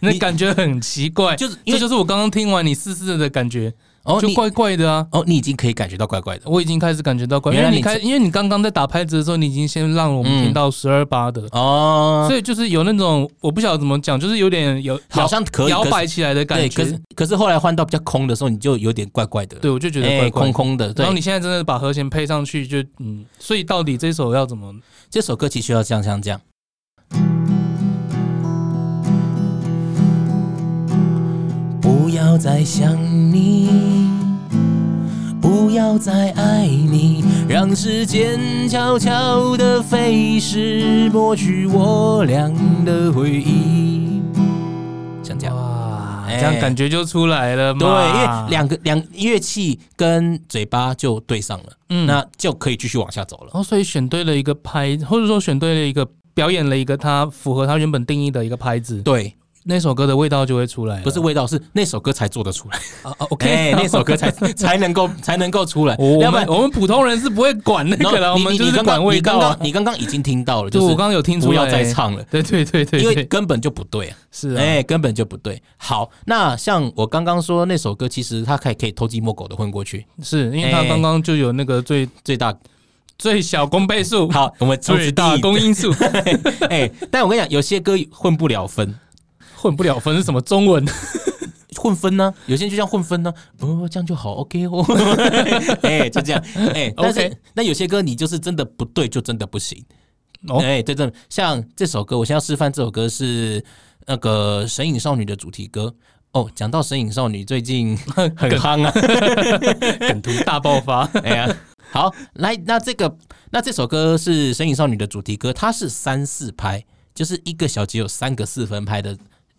S1: 那感觉很奇怪。
S2: 就是
S1: 这
S2: 因为
S1: 就是我刚刚听完你试试的感觉，
S2: 哦，
S1: 就
S2: 你
S1: 怪怪的啊。
S2: 哦，你已经可以感觉到怪怪的
S1: 我已经开始感觉到怪，因
S2: 原
S1: 为
S2: 来
S1: 你
S2: 你
S1: 开，因为你刚刚在打拍子的时候，你已经先让我们
S2: 嗯
S1: 听到十二八的，
S2: 哦，
S1: 所以就是有那种我不晓得怎么讲，就是有点有
S2: 好像可以
S1: 摇
S2: 可是
S1: 摆起来的感
S2: 对，
S1: 觉
S2: 可。是可是后来换到比较空的时候，你就有点怪怪的，
S1: 对，我就觉得
S2: 哎
S1: 怪怪的
S2: 空空的。对
S1: 然后，你现在真的把和弦配上去就，嗯，所以到底这首要怎么？
S2: 这首歌其实要这样像这样。不要再想你，不要再爱你，让时间悄悄地飞逝，抹去我俩的回忆。像这样。
S1: 哇，
S2: 哎
S1: 这样感觉就出来了嘛。
S2: 对，因为两个两乐器跟嘴巴就对上了，
S1: 嗯，然
S2: 那就可以继续往下走了。
S1: 后所以选对了一个拍，或者说选对了一个表演了一个它符合它原本定义的一个拍子，
S2: 对，
S1: 那首歌的味道就会出来了。
S2: 不是味道，是那首歌才做得出来。
S1: 啊啊，OK， [LAUGHS]
S2: 哎，那首歌才才能够才能够出来，
S1: 我我
S2: 要不
S1: 们
S2: 然
S1: 我们普通人是不会管那个的，我
S2: 你
S1: 们
S2: 你
S1: 就
S2: 你
S1: 是
S2: 刚
S1: 管
S2: 刚
S1: 味
S2: 你
S1: 道
S2: 刚
S1: 啊
S2: 刚。你刚刚已经听到了，
S1: 对，
S2: 就
S1: 我
S2: 是
S1: 刚刚有听出
S2: 不
S1: 来，
S2: 要再唱了，
S1: 对对对对，
S2: 因为
S1: 对
S2: 根本就不对啊。
S1: 是啊，
S2: 哎，根本就不对。好，那像我刚刚说那首歌，其实它可以可以偷鸡摸狗的混过去，
S1: 是因为
S2: 哎
S1: 他刚刚就有那个最
S2: 最大
S1: 最小公倍数，
S2: 好，我们从
S1: 最
S2: 此
S1: 大
S2: [LAUGHS] 第一
S1: 公因数，
S2: 哎，但我跟你讲，有些歌混不了分，
S1: 混不了分是什么中
S2: [LAUGHS]
S1: 文？
S2: 混分呢、有些人就像混分呢、不这样就好，OK 哦， [LAUGHS] 哎、就这样，哎、但是
S1: OK
S2: 那有些歌你就是真的不对，就真的不行，
S1: 哦
S2: 哎、对对，像这首歌，我现在要示范这首歌是那个《神隐少女》的主题歌。哦，讲到《神隐少女》，最 [LAUGHS] 近很夯啊， [LAUGHS]
S1: 梗图大爆发，
S2: 哎呀，好，来，那这个那这首歌是《神隐少女》的主题歌，它是三四拍，就是一个小节有三个四分拍的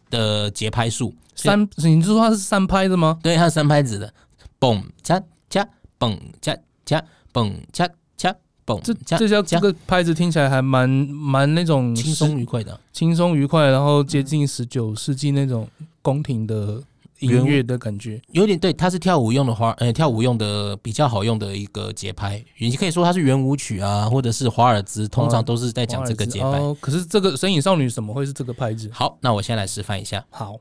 S2: 的节拍数，
S1: 三，你是说它是三拍的吗？
S2: 对，它是三拍子的，蹦恰恰蹦恰恰蹦恰恰蹦
S1: 这
S2: 恰
S1: 这叫这
S2: 恰，
S1: 个拍子听起来还蛮蛮那种
S2: 轻松愉快的。
S1: 轻松愉快，然后接近十九世纪那种宫廷的音乐的感觉。
S2: 有点对，它是跳舞用的华，呃，跳舞用的比较好用的一个节拍。你可以说它是圆舞曲啊，或者是华尔兹，通常都是在讲这个节拍。
S1: 哦，可是这个《神隐少女》怎么会是这个拍子？
S2: 好，那我先来示范一下。
S1: 好，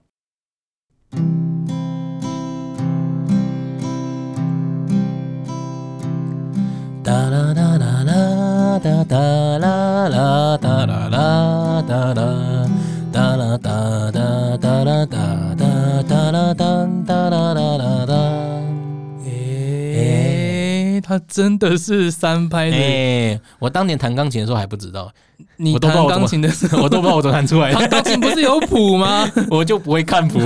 S2: 哒啦啦啦啦哒哒啦啦哒啦啦哒啦哒啦哒哒哒啦哒哒哒啦当哒啦啦啦啦。
S1: 诶、它真的是三拍子。
S2: 哎，我当年弹钢琴的时候还不知道，
S1: 你
S2: 我都不
S1: 弹
S2: 知道我怎
S1: 钢
S2: 么
S1: 琴的时候，
S2: [LAUGHS] 我都不知道我怎么弹出来的，
S1: 弹 [LAUGHS] 钢琴不是有谱
S2: [LAUGHS]
S1: 吗？
S2: 我就不会看 [LAUGHS] 谱。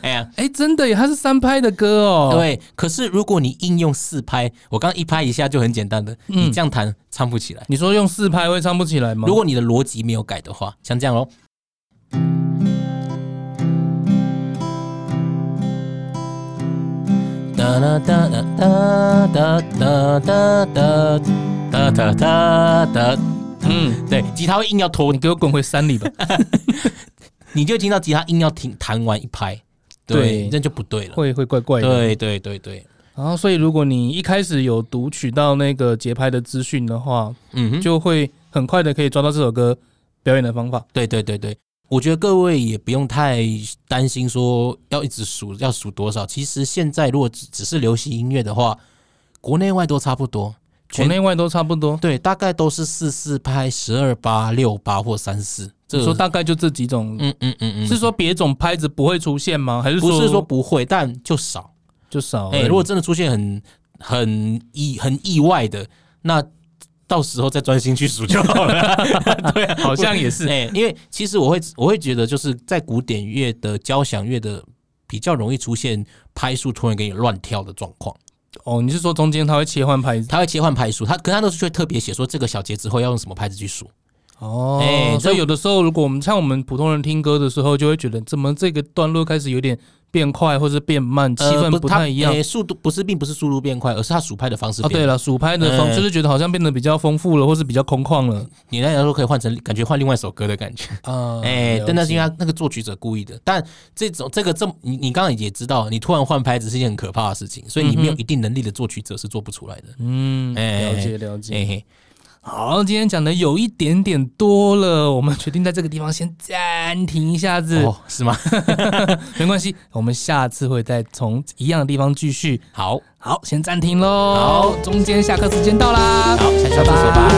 S2: 哎呀，
S1: 哎、真的耶，它是三拍的歌哦。，
S2: 对，可是如果你应用四拍，我刚刚一拍一下就很简单的，你
S1: 嗯
S2: 这样弹唱不起来。
S1: 你说用四拍会唱不起来吗？
S2: 如果你的逻辑没有改的话，像这样咯，哒啦哒啦哒哒哒哒哒哒哒哒哒，
S1: 嗯，
S2: 对，吉他会硬要拖
S1: 你，给我滚回山
S2: [LAUGHS]
S1: 里吧。
S2: 你就听到吉他硬要停弹完一拍，
S1: 对
S2: 对，那就不对了。
S1: 会会怪怪的。
S2: 对对对对，
S1: 然后，所以如果你一开始有读取到那个节拍的资讯的话，
S2: 嗯哼，
S1: 就会很快的可以抓到这首歌表演的方法。
S2: 对对对对，我觉得各位也不用太担心说要一直数要数多少。其实现在如果只只是流行音乐的话，国内外都差不多，
S1: 国
S2: 全
S1: 内外都差不多。
S2: 对大概都是四四拍、十二八、六八或三四。这
S1: 你
S2: 个
S1: 说大概就这几种，
S2: 嗯嗯嗯嗯，
S1: 是说别种拍子不会出现吗？还是
S2: 不是说不会，但就少。
S1: 就少而已？
S2: 哎、如果真的出现很很意很意外的，那到时候再专心去数就好了。对啊、
S1: [LAUGHS] 好像也是
S2: 哎、因为其实我会我会觉得，就是在古典乐的交响乐的比较容易出现拍数突然给你乱跳的状况，
S1: 哦，你是说中间它会切换拍子？
S2: 它会切换拍数，它可是它都是会特别写说这个小节之后要用什么拍子去数。
S1: 哦，
S2: 哎
S1: 所
S2: 所
S1: 以
S2: 以
S1: 有的时候，如果我们像我们普通人听歌的时候，就会觉得怎么这个段落开始有点变快或者变慢，气氛
S2: 呃
S1: 不
S2: 它
S1: 太一样。
S2: 哎速度不是并不是速度变快，而是它数拍的方式
S1: 哦，
S2: 变。
S1: 对了，数拍的方
S2: 哎
S1: 就是觉得好像变得比较丰富了，或是比较空旷了。
S2: 你那来说可以换成感觉换另外一首歌的感觉。
S1: 啊
S2: 哎、但那是因
S1: 为
S2: 为他那个作曲者故意的。但这种这个这么，你你刚刚也知道，你突然换拍子是一件很可怕的事情，所以你没有一定能力的作曲者是做不出来的。
S1: 嗯，
S2: 哎
S1: 了解了解。
S2: 嘿嘿，
S1: 好，今天讲的有一点点多了，我们决定在这个地方先暂停一下子，
S2: 哦，是吗？ [LAUGHS]
S1: 没关系，我们下次会再从一样的地方继续。
S2: 好，
S1: 好，先暂停喽。
S2: 好，
S1: 中间下课时间到啦，
S2: 好，下去
S1: 拜
S2: 厕所
S1: 拜
S2: 吧。